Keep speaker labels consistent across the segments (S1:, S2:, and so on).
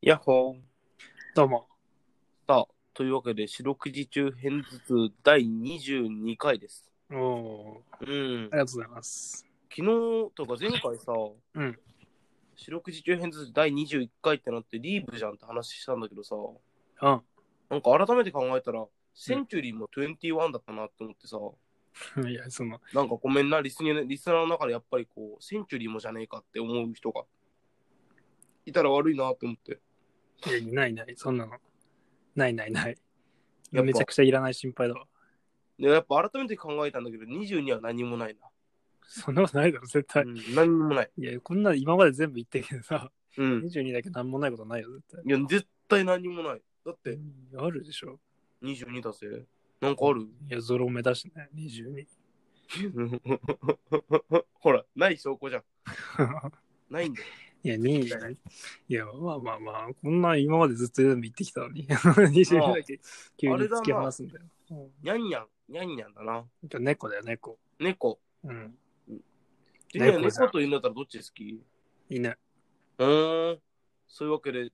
S1: やっほー。
S2: どうも。
S1: さあ、というわけで、四六時中編ずつ第22回です。
S2: おおー、
S1: うん
S2: あ。りがとうございます。
S1: 昨日とか前回さ、
S2: うん。
S1: 四六時中編ずつ第21回ってなってリーブじゃんって話したんだけどさ、
S2: うん。
S1: なんか改めて考えたら、センチュリーも21だったなって思ってさ、
S2: いや、その、
S1: なんかごめんな、リスニーリスナーの中でやっぱりこう、センチュリーもじゃねえかって思う人がいたら悪いなって思って。
S2: いやいないいない、そんなの。ないないない。
S1: やっぱ
S2: めちゃくちゃいらない心配だわ。
S1: で、やっぱ改めて考えたんだけど、22は何もない
S2: そんなことないだろ、絶
S1: な。
S2: 対。
S1: うん、何もない。
S2: いや、こんな今まで全部言ってるけどさ、
S1: うん。
S2: 22だけなんもないことないよ、絶対。
S1: いや、絶対何もない。だって、
S2: あるでしょ。
S1: 22だぜ。なんかある
S2: いや、ゾロ目だしね、22。
S1: ほら、ない証拠じゃん。ないんだよ。
S2: いや、2位だね。いや、まあまあまあ、こんな今までずっと全部言ってきたのに、22だけ急に突き放すんだよ。うん
S1: にゃんにゃん、にゃんにゃんだな。
S2: じゃあ猫だよ、猫。
S1: 猫。
S2: うん。
S1: ジュニア
S2: 猫じゃん
S1: 猫と犬だったらどっち好き
S2: 犬。
S1: うーん。そういうわけで、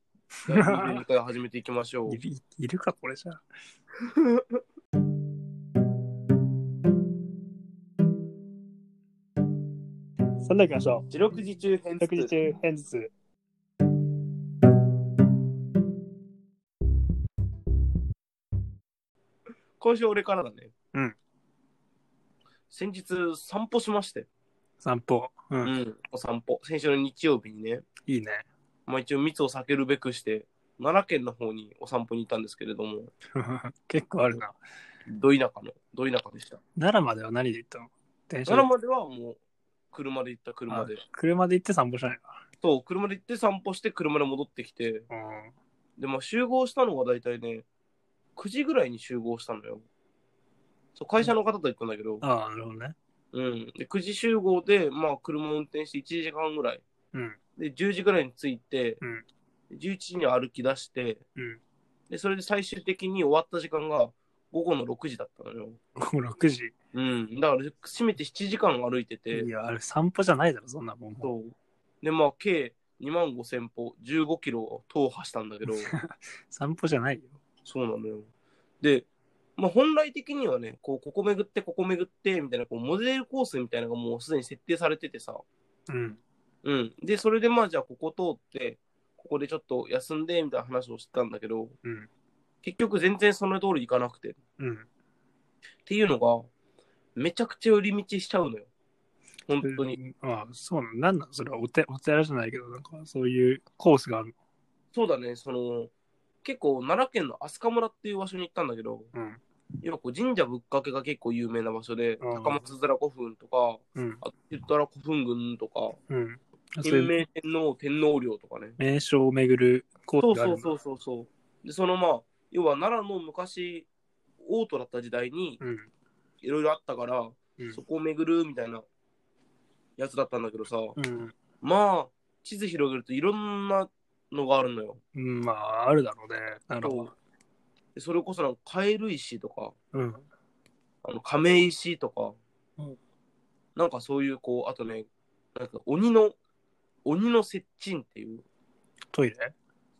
S1: 第22回始めていきま しょう
S2: い。るいいるか、こ れじゃあ。そんな行きましょう。
S1: 四六時中編
S2: 食事中変頭痛。
S1: 今週俺からだね。
S2: うん。
S1: 先日散歩しまして。
S2: 散歩。う。
S1: うんん。お散歩。先週の日曜日にね、
S2: いいね。
S1: まあ一応密を避けるべくして、奈良県の方にお散歩に行ったんですけれども、
S2: 結構あるな。
S1: ど田舎の、ど田舎でした。
S2: 奈良までは何で行ったの電車
S1: 奈良
S2: で
S1: まではもう、車で行った、車で。
S2: 車で行って散歩しない
S1: そう、車で行って散歩して、車で戻ってきて、
S2: のうん。
S1: で、まあ集合したのが大体ね、9時ぐらいに集合したのよ。そう、会社の方と行ったんだけど、
S2: ああ、なるほどね。
S1: うん。で、9時集合で、まあ車を運転して1時間ぐらい。
S2: うん。
S1: で、10時ぐらいに着いて、
S2: うん
S1: 11時に歩き出して、
S2: うん。
S1: で、それで最終的に終わった時間が午後の6時だったのよ。
S2: 午後6時。
S1: うん。だから、せめて7時間歩いてて、
S2: いや、あれ散歩じゃないだろ、そんなもん。
S1: そう。で、まあ、計2万5千歩、15キロを踏破したんだけ ど、
S2: 散歩じゃないよ。
S1: そうなのよ。で、まあ、本来的にはね、こう、ここ巡って、ここ巡って、みたいな、こう、モデルコースみたいなのがもうすでに設定されててさ、
S2: うん。
S1: うん。で、それでまあ、じゃあ、ここ通って、ここでちょっと休んで、みたいな話をしてたんだけど、
S2: うん。
S1: 結局全然その通り行かなくて。っ
S2: うん。
S1: ていうのが、めちゃくちゃ寄り道しちゃうのよ。本当に。
S2: うん。ああ、そうなの。なんなのそれはお寺お寺じゃないけど、なんかそういうコースがある
S1: そうだね、その、結構奈良県の飛鳥村っていう場所に行ったんだけど、
S2: の。うん。
S1: 今こう神社仏閣が結構有名な場所で、
S2: うん
S1: 高松寺古墳とか、
S2: うん。
S1: あと言ったら古墳群とか、
S2: うん。そう
S1: 天
S2: いう
S1: 明天皇天皇陵とかね。
S2: 名所を巡るコ
S1: そ
S2: ー
S1: う
S2: スがあ
S1: そうそ
S2: る
S1: うそうそう。で、そのまあ、要は奈良の昔、王都だった時代に
S2: う。うん。
S1: いろいろあったから、
S2: うん
S1: そこを巡るみたいなやつだったんだけどさ、
S2: うん。
S1: まあ、地図広げるといろんなのがあるのよ。
S2: うん、まあ、あるだろうね。なるほど。
S1: でそれこそなんかカエル石とか、
S2: うん。
S1: あの亀石とか、
S2: うん
S1: なんかそういうこう、あとね、なんか鬼の、鬼の接近っていう、
S2: トイレ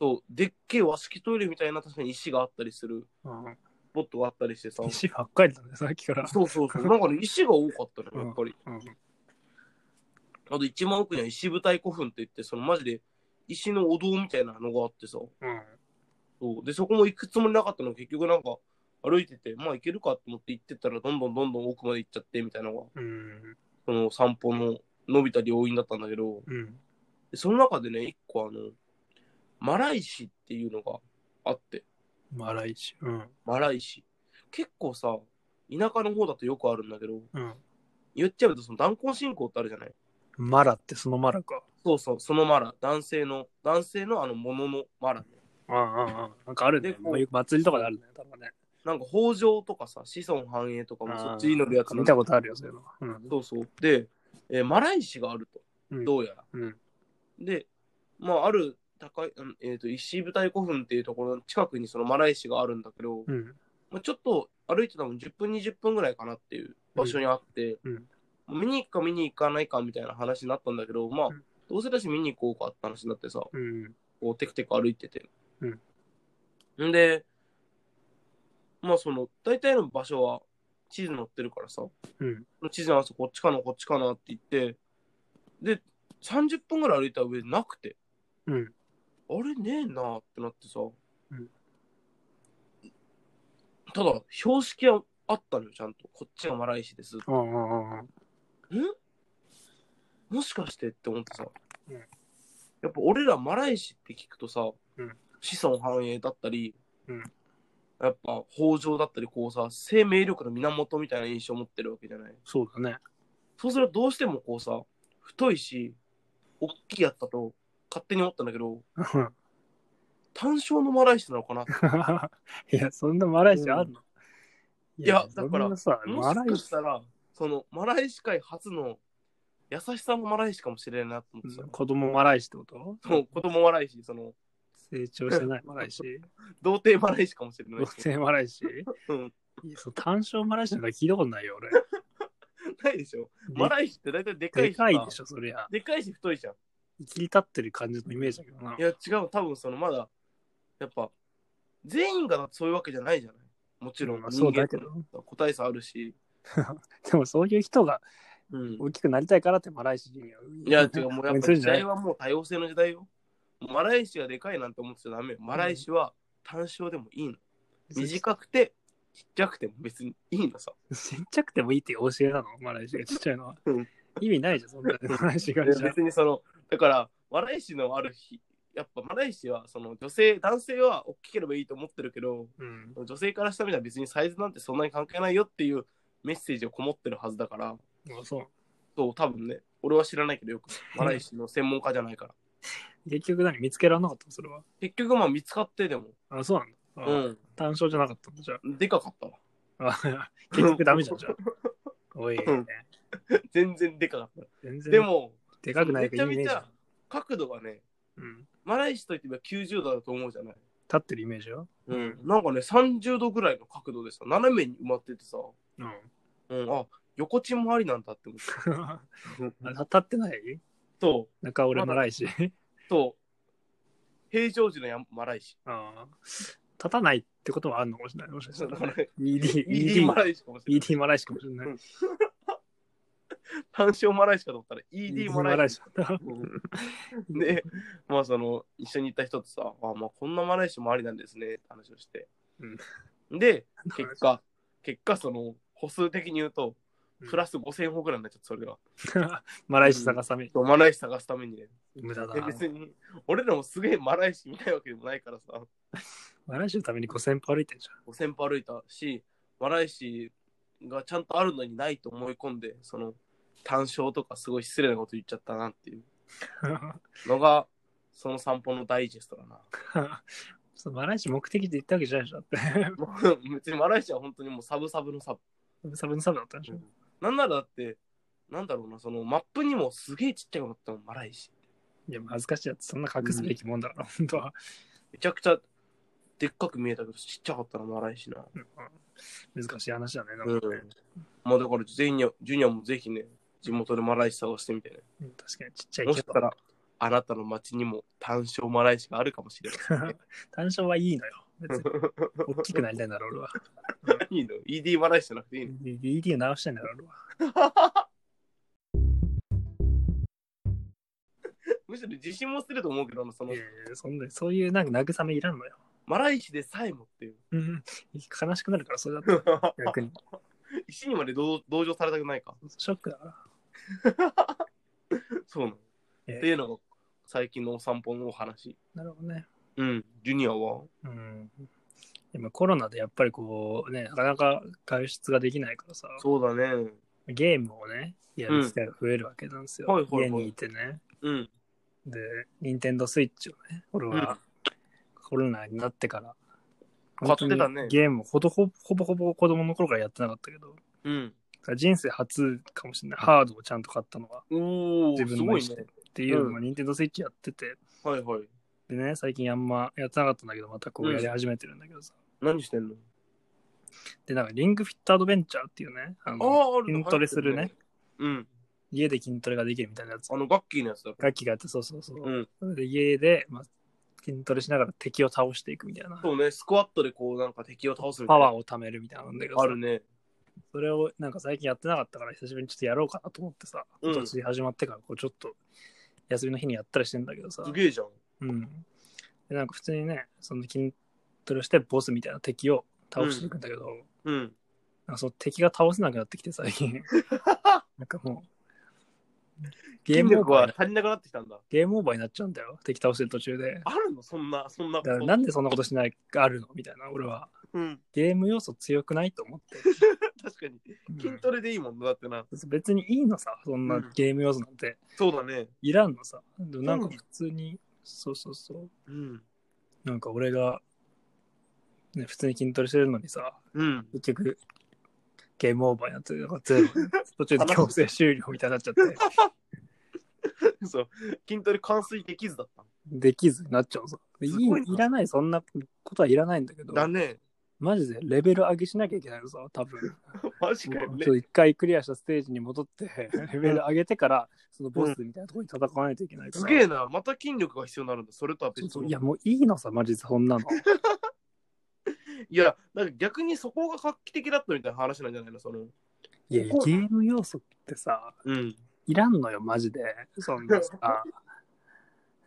S1: そう、でっけえ和式トイレみたいな確かに石があったりする
S2: うん。
S1: スポットがあったりしてさ、
S2: 石ばっかりだね、さっきから。
S1: そうそうそう、なんかね、石が多かった
S2: う
S1: の
S2: ん
S1: よ、やっぱり。
S2: うん。
S1: あと一番奥には石舞台古墳って言って、そのマジで石のお堂みたいなのがあってさ、
S2: うん。
S1: そうで、そこも行くつもりなかったの結局なんか歩いてて、まあ行けるかと思って行ってったら、どんどんどんどん奥まで行っちゃってみたいなのが、
S2: うん。
S1: その散歩の伸びた要因だったんだけど、
S2: うん。
S1: でその中でね、一個あの、マライシっていうのがあって、
S2: マライチ。うん。
S1: マライシ。結構さ、田舎の方だとよくあるんだけど、
S2: うん。
S1: 言っちゃうとその断交信仰ってあるじゃない
S2: マラってそのマラか。
S1: そうそう、そのマラ、男性の、男性のあのもののマラ、ね。
S2: うんうんうん。なんかあるね
S1: で。こう
S2: まあよく祭りとかであるね。多分ね。
S1: なんか北条とかさ、子孫繁栄とかもそっち祈るやつ
S2: あー
S1: な
S2: 見
S1: んだ
S2: たことあるよ、そういうの。うん。
S1: そうそう。で、えーマライシがあると、
S2: うん
S1: どうやら。
S2: うん。
S1: で、まあ、ある高い、うんえー、と石舞台古墳っていうところの近くにそのマライシがあるんだけど、
S2: うん。
S1: まあ、ちょっと歩いてたもん10分20分ぐらいかなっていう場所にあって、
S2: うん
S1: 見に行くか見に行かないかみたいな話になったんだけどまあ、
S2: うん
S1: どうせだし見に行こうかって話になってさ
S2: うん。
S1: こう、テクテク歩いてて。。
S2: うん
S1: んで、まあその、大体の場所は地図に載ってるからさ、
S2: うん。
S1: 地図の朝こっちかな、こっちかなって言って、で、30分ぐらい歩いた上なくて、
S2: うん。
S1: あれねえなってなってさ、
S2: ん
S1: ただ、標識はあったのよ、ちゃんと。こっちがマライシです。
S2: ああああ、ああ
S1: もしかしてって思ってさ、
S2: うん
S1: やっぱ俺らマライシって聞くとさ、
S2: うん
S1: 子孫繁栄だったり、
S2: うん
S1: やっぱ豊穣だったり、こうさ、生命力の源みたいな印象を持ってるわけじゃない。
S2: そうだね。
S1: そうするとどうしてもこうさ、太いし、大きいやったと勝手に思ったんだけど、単勝のマライシなのかなって
S2: いや、そんなマライシアあるの、
S1: んいやだから
S2: そんなさ、
S1: も
S2: マラ
S1: しか
S2: イシ
S1: したら、そのマライシ界初の優しさもマライシかもしれないなと思ってさ、
S2: 子供マライシってこと
S1: その子供マライシ、その
S2: 成長してないマライシ
S1: 童貞マライシかもしれな
S2: 同
S1: い。
S2: 性マライシ
S1: うん、
S2: いやそう単勝マライシなんか聞いたことないよ、俺。
S1: ないでしょ。
S2: で
S1: マライシって大体でかい
S2: で
S1: しさ
S2: かいでしょ、そりゃ。
S1: でかいし太いじゃん。
S2: 切り立ってる感じのイメージだけどな。
S1: いや、違う、多分そのまだ、やっぱ、全員がだってそういうわけじゃないじゃない。もちろん、
S2: まあそうだけ
S1: 人
S2: ど。
S1: 間と個体差あるし。
S2: でもそういう人が
S1: うん、
S2: 大きくなりたいからってマライシに。
S1: いや、違う、もうやっ
S2: 応援
S1: ぱ
S2: する
S1: 時
S2: んじゃな
S1: 代
S2: い
S1: はもう多様性の時代よ。マライシがでかいなんて思ってちゃダメよ。マライシは単勝でもいいの。短くて、ちっちゃくても別にいいのさ。
S2: ちっちゃくてもいいって教えなのマライシがちっちゃいのは
S1: うん。
S2: 意味ないじゃん、そんなマライシがじゃ
S1: 別にその、だから、マライシのある日、やっぱマライシは、その女性、男性は大きければいいと思ってるけど、
S2: うん。
S1: 女性からしたみたい別にサイズなんてそんなに関係ないよっていうメッセージをこもってるはずだから、
S2: あそう。
S1: そう、多分ね、俺は知らないけどよ く、マライシの専門家じゃないから。
S2: 結局何見つけられなかったのそれは。
S1: 結局まあ見つかってでも、
S2: あ、そうなんだ。あ
S1: うん、
S2: 単勝じゃなかったんだ、じゃ
S1: でかかったわ。
S2: あ。あ 結局ダメじゃん、じゃ あ。おい、
S1: うん全然でかかっ
S2: 全
S1: た。
S2: 然。
S1: で、も、
S2: でかくないか
S1: めちゃ
S2: 意
S1: め
S2: 味ねえ
S1: ち
S2: じゃん
S1: ゃ。角度がね、
S2: うん。
S1: マライシといってば90度だと思うじゃない。
S2: 立ってるイメージよ。
S1: うん、なんかね、30度ぐらいの角度でさ、斜めに埋まっててさ、
S2: うん。
S1: うん、あ、横チもありなんだって思っ
S2: あ
S1: た。
S2: 立ってない
S1: そ
S2: 中俺もないし。
S1: う、そう、平常時のやマライ シ。
S2: あー立たないってことはあるのかもしれない。もしかし
S1: そ
S2: た
S1: うだ
S2: ら
S1: か
S2: ね
S1: らね
S2: ED、
S1: ED マライシかもしれない。
S2: ED マライシかもしれな
S1: う
S2: い
S1: ん。単勝マライシかと思ったら ED マライシ。
S2: シだ った。
S1: うんで、まあその、一緒に行った人とさ、あ、まあこんなマライシもありなんですねって話をして。で、結果、結果その、歩数的に言うと、プラス5000歩ぐらいになっちゃった、それが。
S2: マライシ探さめ、
S1: マライシ探すためにね。
S2: 無駄だ
S1: で。別に、俺らもすげえマライシ見たいわけでもないからさ、
S2: マライシのために5000歩歩いてんじ
S1: 5000歩歩いたし、マライシがちゃんとあるのにないと思い込んで、その、単勝とかすごい失礼なこと言っちゃったなっていう
S2: ゃん。
S1: のが、その散歩のダイジェストだな。
S2: そうマライシ目的で行ったわけじゃないでしょ。だって
S1: もう別にマライシは本当にもうサブサブのサブ。
S2: サブのサブだったんでしょ。
S1: なんならだって、なんだろうな、そのマップにもすげえちっちゃくなったの、マライシ。
S2: いや、恥ずかしいやつ、そんな隠すべきもんだから、本当は。
S1: めちゃくちゃでっかく見えたけど、ちっちゃかったな、マライシな。
S2: うん難しい話だね。なん
S1: うん
S2: かね。
S1: まあだから、全員に、ジュニアもぜひね、地元でマライシ探してみてね。
S2: うん確かにちっちゃい
S1: も
S2: け
S1: し
S2: ど
S1: かしたら、あなたの町にも単勝マライシがあるかもしれ ない。
S2: 単勝はいいのよ。 別に。大きくなりたいんだろ、俺は。
S1: いいの ?ED マライシじゃなくていいの
S2: DD を直したいんだろ、俺は。
S1: むしろ自信も捨てると思うけど、あのその
S2: い、やいやそんな、そういうなんか慰めいらんのよ。
S1: マライシでさえもって いう。
S2: うん悲しくなるから、それだと。逆に。
S1: 石にまで同同情されたくないか。
S2: ショックだから。
S1: そうなの。
S2: ええ
S1: っていうのが、最近のお散歩のお話。
S2: なるほどね。
S1: うん、ジュニアは
S2: うん。今コロナでやっぱりこうね、なかなか外出ができないからさ、
S1: そうだね。
S2: ゲームをね、やる機会が増えるわけなんですよ。
S1: うんはいはいはい
S2: 家にいてね。
S1: うん。
S2: で、任天堂スイッチをね、俺はコロナになってから、
S1: 買ってたね
S2: 本当にゲームをほどほほぼほぼ子供の頃からやってなかったけど、
S1: うん。
S2: 人生初かもしれない、ハードをちゃんと買ったのは。
S1: お
S2: 自
S1: ー、す
S2: 分の
S1: ご
S2: 意
S1: い
S2: 思で
S1: ね。
S2: っていうの
S1: う
S2: も、任天堂スイッチやってて、
S1: はいはい。
S2: でね、最近あんまやってなかったんだけど、またこ
S1: う
S2: うんやり始めてるんだけどさ。
S1: 何してんの
S2: で、なんか、リングフィットアドベンチャーっていうね、あの
S1: ああ、あるの
S2: 筋トレするね。
S1: うん。
S2: 家で筋トレができるみたいなやつ
S1: あ。の、ガッキーのやつだ。
S2: 楽器があって、そうそうそう。
S1: うん。
S2: で、家で、まあ、筋トレしながら敵を倒していくみたいな。
S1: そうね、スクワットでこう、なんか敵を倒すみた
S2: パ
S1: い
S2: ワ
S1: な
S2: ー。を貯めるみたいなのだけど
S1: あ
S2: さ
S1: るね。
S2: それをなんか最近やってなかったから久しぶりにちょっとやろうかなと思ってさ、
S1: うん
S2: 今年始まってからこうちょっと休みの日にやったりしてんだけどさ、
S1: すげえじゃん。
S2: うん。で、なんか普通にね、その筋トレしてボスみたいな敵を倒していくんだけど、
S1: うん。
S2: なんかその敵が倒せなくなってきて 最近、なんかもう、ゲ
S1: 筋
S2: ームオー
S1: 力
S2: バ
S1: は
S2: ー、
S1: 足りなくなってきたんだ。
S2: ゲームオーバーになっちゃうんだよ、敵倒してる途中で。
S1: あるのそんな、そんなこ
S2: だから
S1: と。
S2: なんでそんなことしない、あるのみたいな、俺は。
S1: うん。
S2: ゲーム要素強くないと思 って。
S1: 確かに。
S2: うん
S1: 筋トレでいいもんだってな。
S2: 別にいいのさ、そん
S1: う
S2: なんゲーム要素なんて。
S1: そうだね。
S2: いらんのさ。でもなんか
S1: うん
S2: 普通に、そうそうそう。
S1: うん。
S2: なんか俺が、ね、普通に筋トレしてるのにさ、
S1: うん。
S2: 結局、ゲームオーバーになって、なんかゼロ。 途中で強制終了みたいになっちゃっ て、
S1: そう。筋トレ完遂できずだったの。
S2: できずになっちゃうさ。でい
S1: すごいない
S2: いらない、そんなことはいらないんだけど、
S1: だね。
S2: マジでレベル上げしなきゃいけないのさ、多分。
S1: マジ
S2: も
S1: かよ
S2: う
S1: ね
S2: ちょっと。一回クリアしたステージに 戻って、レベル上げてから、そのボスみたいなところに戦わないといけないから。
S1: すげえな。また筋力が必要になるんだ。それとは
S2: そう
S1: 別
S2: そう
S1: に。
S2: いや、もういいのさ、マジでそんなの。
S1: いや、なんか逆にそこが画期的だったみたいな話なんじゃないのその。
S2: いやいや、ゲーム要素ってさ、
S1: うん。
S2: いらんのよ、マジで。そん なさ。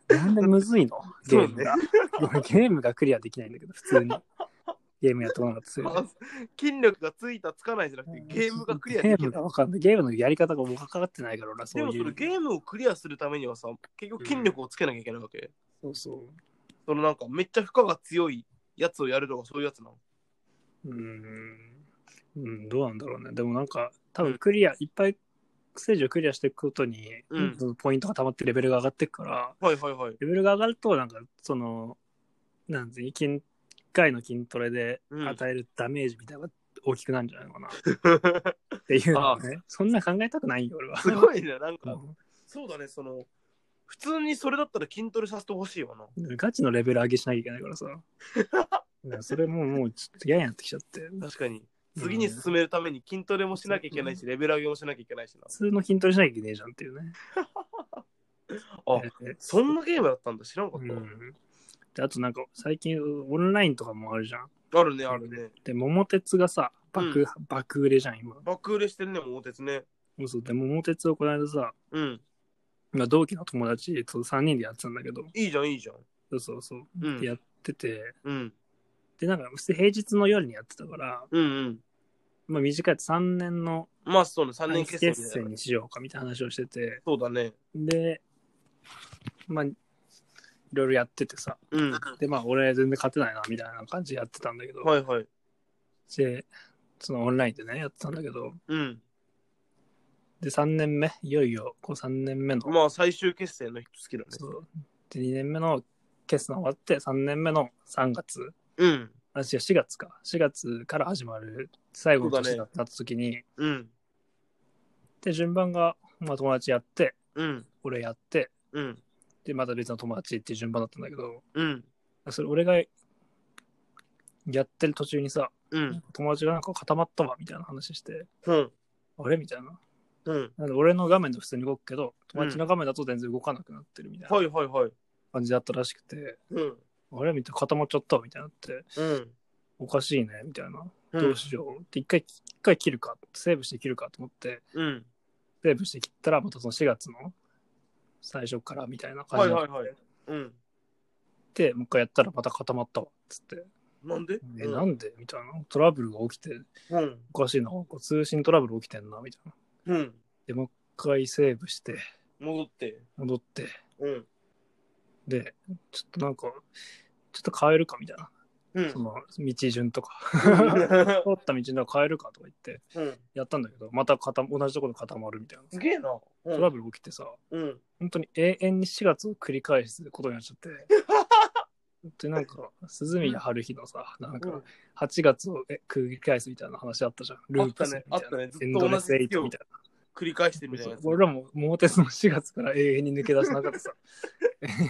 S2: なんでむずいのゲームが。俺ゲームがクリアできないんだけど、普通に。ゲームやってこなかったする
S1: あ筋力がついたつかないじゃなくて、ゲームがクリアで
S2: ゲ
S1: き
S2: ー
S1: る
S2: ム。がわかんない。ゲームのやり方がもうかかってないから、俺はそ
S1: で
S2: う
S1: もそ
S2: い
S1: の
S2: う。
S1: ゲームをクリアするためにはさ、結局筋力をつけなきゃいけないわけ。
S2: そうそ
S1: そのなんかめっちゃ負荷が強いやつをやるとかそういうやつなの。
S2: う。うーん。うん、どうなんだろうね。でもなんか、多分クリア、いっぱいステージをクリアしていくことに、
S1: うん
S2: そのポイントが溜まってレベルが上がっていくから、
S1: はいはいはい。
S2: レベルが上がると、なんか、その、なんていうの筋、一回の筋トレで
S1: うん
S2: 与えるダメージみたいなのが大きくなるんじゃないのかな、っていうのはね。そんな考えたくないよ、俺は。
S1: すごいね、なんか、
S2: も
S1: そうだね、その、普通にそれだったら筋トレさせてほしいよな。
S2: うガチのレベル上げしなきゃいけないか らさ。だからそれもう、もう、ちょっと嫌になってきちゃって。普
S1: 確かに。次に進めるために筋トレもしなきゃいけないし、レベル上げもしなきゃいけないしな。
S2: 通の筋トレしなきゃいけねえじゃんっ ていうね。
S1: あ、
S2: え
S1: そんなゲームだったんだ、知らんか
S2: う
S1: っ
S2: ん。で、あとなんか、最近、オンラインとかもあるじゃん。
S1: た。あるね、あるね。
S2: で、桃鉄がさ、爆、爆売れじゃん、今。
S1: 爆売れしてるね、桃鉄ね。
S2: そうで、桃鉄をこの間さ、
S1: うん。
S2: まあ、同期の友達と3人でやってたんだけど、
S1: いいじゃん、いいじゃん。
S2: そうそうそう、
S1: う
S2: でや
S1: ん。
S2: ってて、
S1: うん。
S2: で、なんか、普通平日の夜にやってたから、
S1: うんうん。
S2: まあ、短いやつ3年の
S1: まあ、そうね、3年
S2: 短
S1: 決
S2: 期
S1: 戦み
S2: 決
S1: たい
S2: 戦
S1: な。
S2: にしようかみたいな話をしてて、
S1: そうだね。
S2: で、まあ、いろいろやっててさ、
S1: うん。
S2: で、まあ、俺全然勝てないな、みたいな感じでやってたんだけど、
S1: はいはい。
S2: で、そのオンラインでね、やってたんだけど、
S1: うん。
S2: で、3年目、いよいよ、こう3年目の、
S1: まあ、最終決戦の人好きだね。
S2: そうで、2年目の決算終わって、3年目の3月、
S1: うん。
S2: あ、違う、4月か。4月から始まる最後の
S1: そう
S2: 年
S1: だ
S2: だ
S1: ね
S2: った時に、
S1: うん。
S2: で、順番が、まあ友達やって、
S1: うん。
S2: 俺やって、
S1: うん。
S2: で、また別の友達っていう順番だったんだけど、
S1: うん。
S2: それ俺がやってる途中にさ、
S1: うん。
S2: 友達がなんか固まったわ、みたいな話して、
S1: うん。
S2: あれみたいな。
S1: うん。
S2: なんで俺の画面で普通に動くけど、友達の画面だと全然動かなくなってるみたいな
S1: はいはいはい。
S2: 感じだったらしくて、
S1: うん。
S2: あれみたいな固まっちゃったわみたいになって、
S1: うん。
S2: おかしいね、みたいな。
S1: うん
S2: どうしよう。って一回、一回切るか、セーブして切るかと思って、
S1: うん。
S2: セーブして切ったら、またその4月の最初からみたいな感
S1: は
S2: じ
S1: い
S2: にな
S1: は
S2: っ
S1: いはい。うん。
S2: て、もう一回やったらまた固まったわ、つって。
S1: なんで
S2: え、なんでみたいな。トラブルが起きて、
S1: うん。
S2: おかしいな。こう通信トラブル起きてんな、みたいな。
S1: うん。
S2: で、もう一回セーブして、
S1: 戻って。
S2: 戻って、
S1: うん。
S2: で、ちょっとなんか、ちょっと変えるか、みたいな。
S1: う
S2: そ
S1: ん。
S2: の、道順とか。 通った道の変えるかとか言って、
S1: うん。
S2: やったんだけど、また固ま同じところで固まるみたいな。
S1: すげえな。ト
S2: トラ
S1: ブ
S2: ブル起きてさ、
S1: ル。うん。
S2: 本当に永遠に4月を繰り返すことになっちゃって。で、なんか、鈴宮春日のさ、なんか、8月をえ繰り返すみたいな話あったじゃん。ループするみ
S1: あったねあったねずっと
S2: エンドレスエイト
S1: 同じ
S2: みたい
S1: 繰り返してるみ
S2: な。
S1: たいな
S2: そ
S1: や
S2: う
S1: つ。
S2: 俺らも、桃鉄の4月から永遠に抜け出せなかったさ。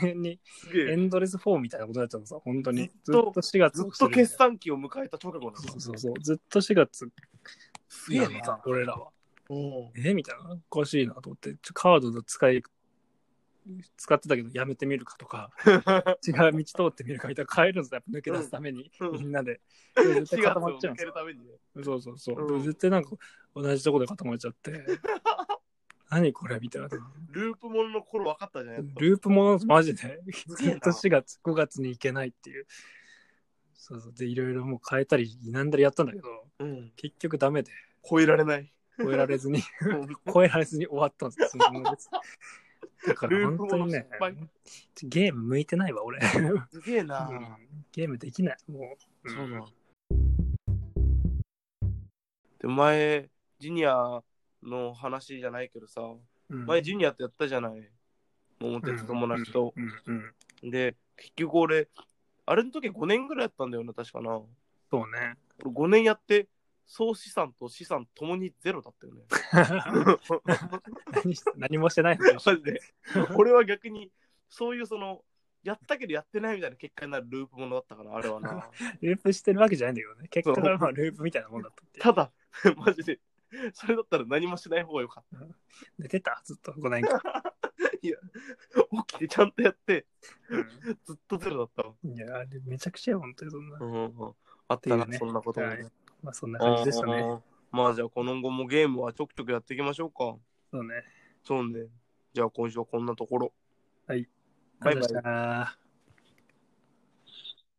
S2: 永遠に、
S1: すげ
S2: エ
S1: え。
S2: ンドレス4みたいなことになっちゃうのさ、本当に。
S1: ず
S2: ず
S1: っ
S2: っ
S1: と
S2: と4月
S1: ず
S2: を
S1: っ
S2: す
S1: と
S2: るみたいな
S1: 決算期を迎えた直後な
S2: そうそうそう。ずっと4月
S1: す
S2: なのさ、俺らは。
S1: うん。
S2: えみたいな。おかしいなと思って、ちょカードの使い使ってたけどやめてみるかと か、 違う道通ってみるかみたいな変えるんですよ。やっぱ抜け出すために、
S1: うん
S2: みんなで。絶
S1: 4
S2: 対
S1: 月
S2: 固
S1: を
S2: まっちゃ
S1: 抜
S2: うんで
S1: け
S2: すよ
S1: る。ためにね。
S2: そうそうそう。
S1: うん
S2: 絶対なんか同じとこで固まっちゃって。 何これみたいな。
S1: ループものの頃分かったじゃん。やっぱ
S2: ループものマ ジで。
S1: すげ
S2: ず
S1: え
S2: っ
S1: な
S2: と4月、5月に行けないっていう。そうそう。で、いろいろもう変えたり、なんだりやったんだけど、
S1: うん。
S2: 結局ダメで、
S1: 超えられ ない。
S2: 超えられず に、
S1: うん
S2: 超えられずに終わったんですよ。そのだから
S1: ループ
S2: 本当
S1: もの
S2: に
S1: 失
S2: ね
S1: 敗、
S2: ゲーム向いてないわ、俺。
S1: すげえな。
S2: ゲームできない、もう。
S1: そうなん
S2: ん。
S1: で、前、ジュニアの話じゃないけどさ、
S2: うん
S1: 前ジュニアってやったじゃない。桃鉄友達と。
S2: うんうんうん
S1: で、結局俺、あれの時5年ぐらいやったんだよな、確かな。
S2: そうね。
S1: 俺5年やって、総資産と資産ともにゼロだったよね。
S2: 何し何もしてないのか
S1: マジで。俺は逆に、そういうその、やったけどやってないみたいな結果になるループものだったから、あれはな。
S2: ループしてるわけじゃないんだけどね。結果がまあループみたいなもんだったっていう
S1: ただ、 マジで、それだったら何もしない方がよかっ
S2: 寝てたずっと5年 間。
S1: た。起きてちゃんとやって、
S2: う
S1: ずっとゼロだったわ。
S2: んいや、あれめちゃくちゃよ、本当にそんな。
S1: うんうん、あったな、
S2: っていうね
S1: そんなことも、
S2: はいまあそんな感じでした
S1: う
S2: ね。
S1: んうんまあじゃあ、この後もゲームはちょくちょくやっていきましょうか。
S2: そうね。
S1: そうね。じゃあ、今週はこんなところ。
S2: バ
S1: バ
S2: イ
S1: イ
S2: バ
S1: バイ
S2: イ。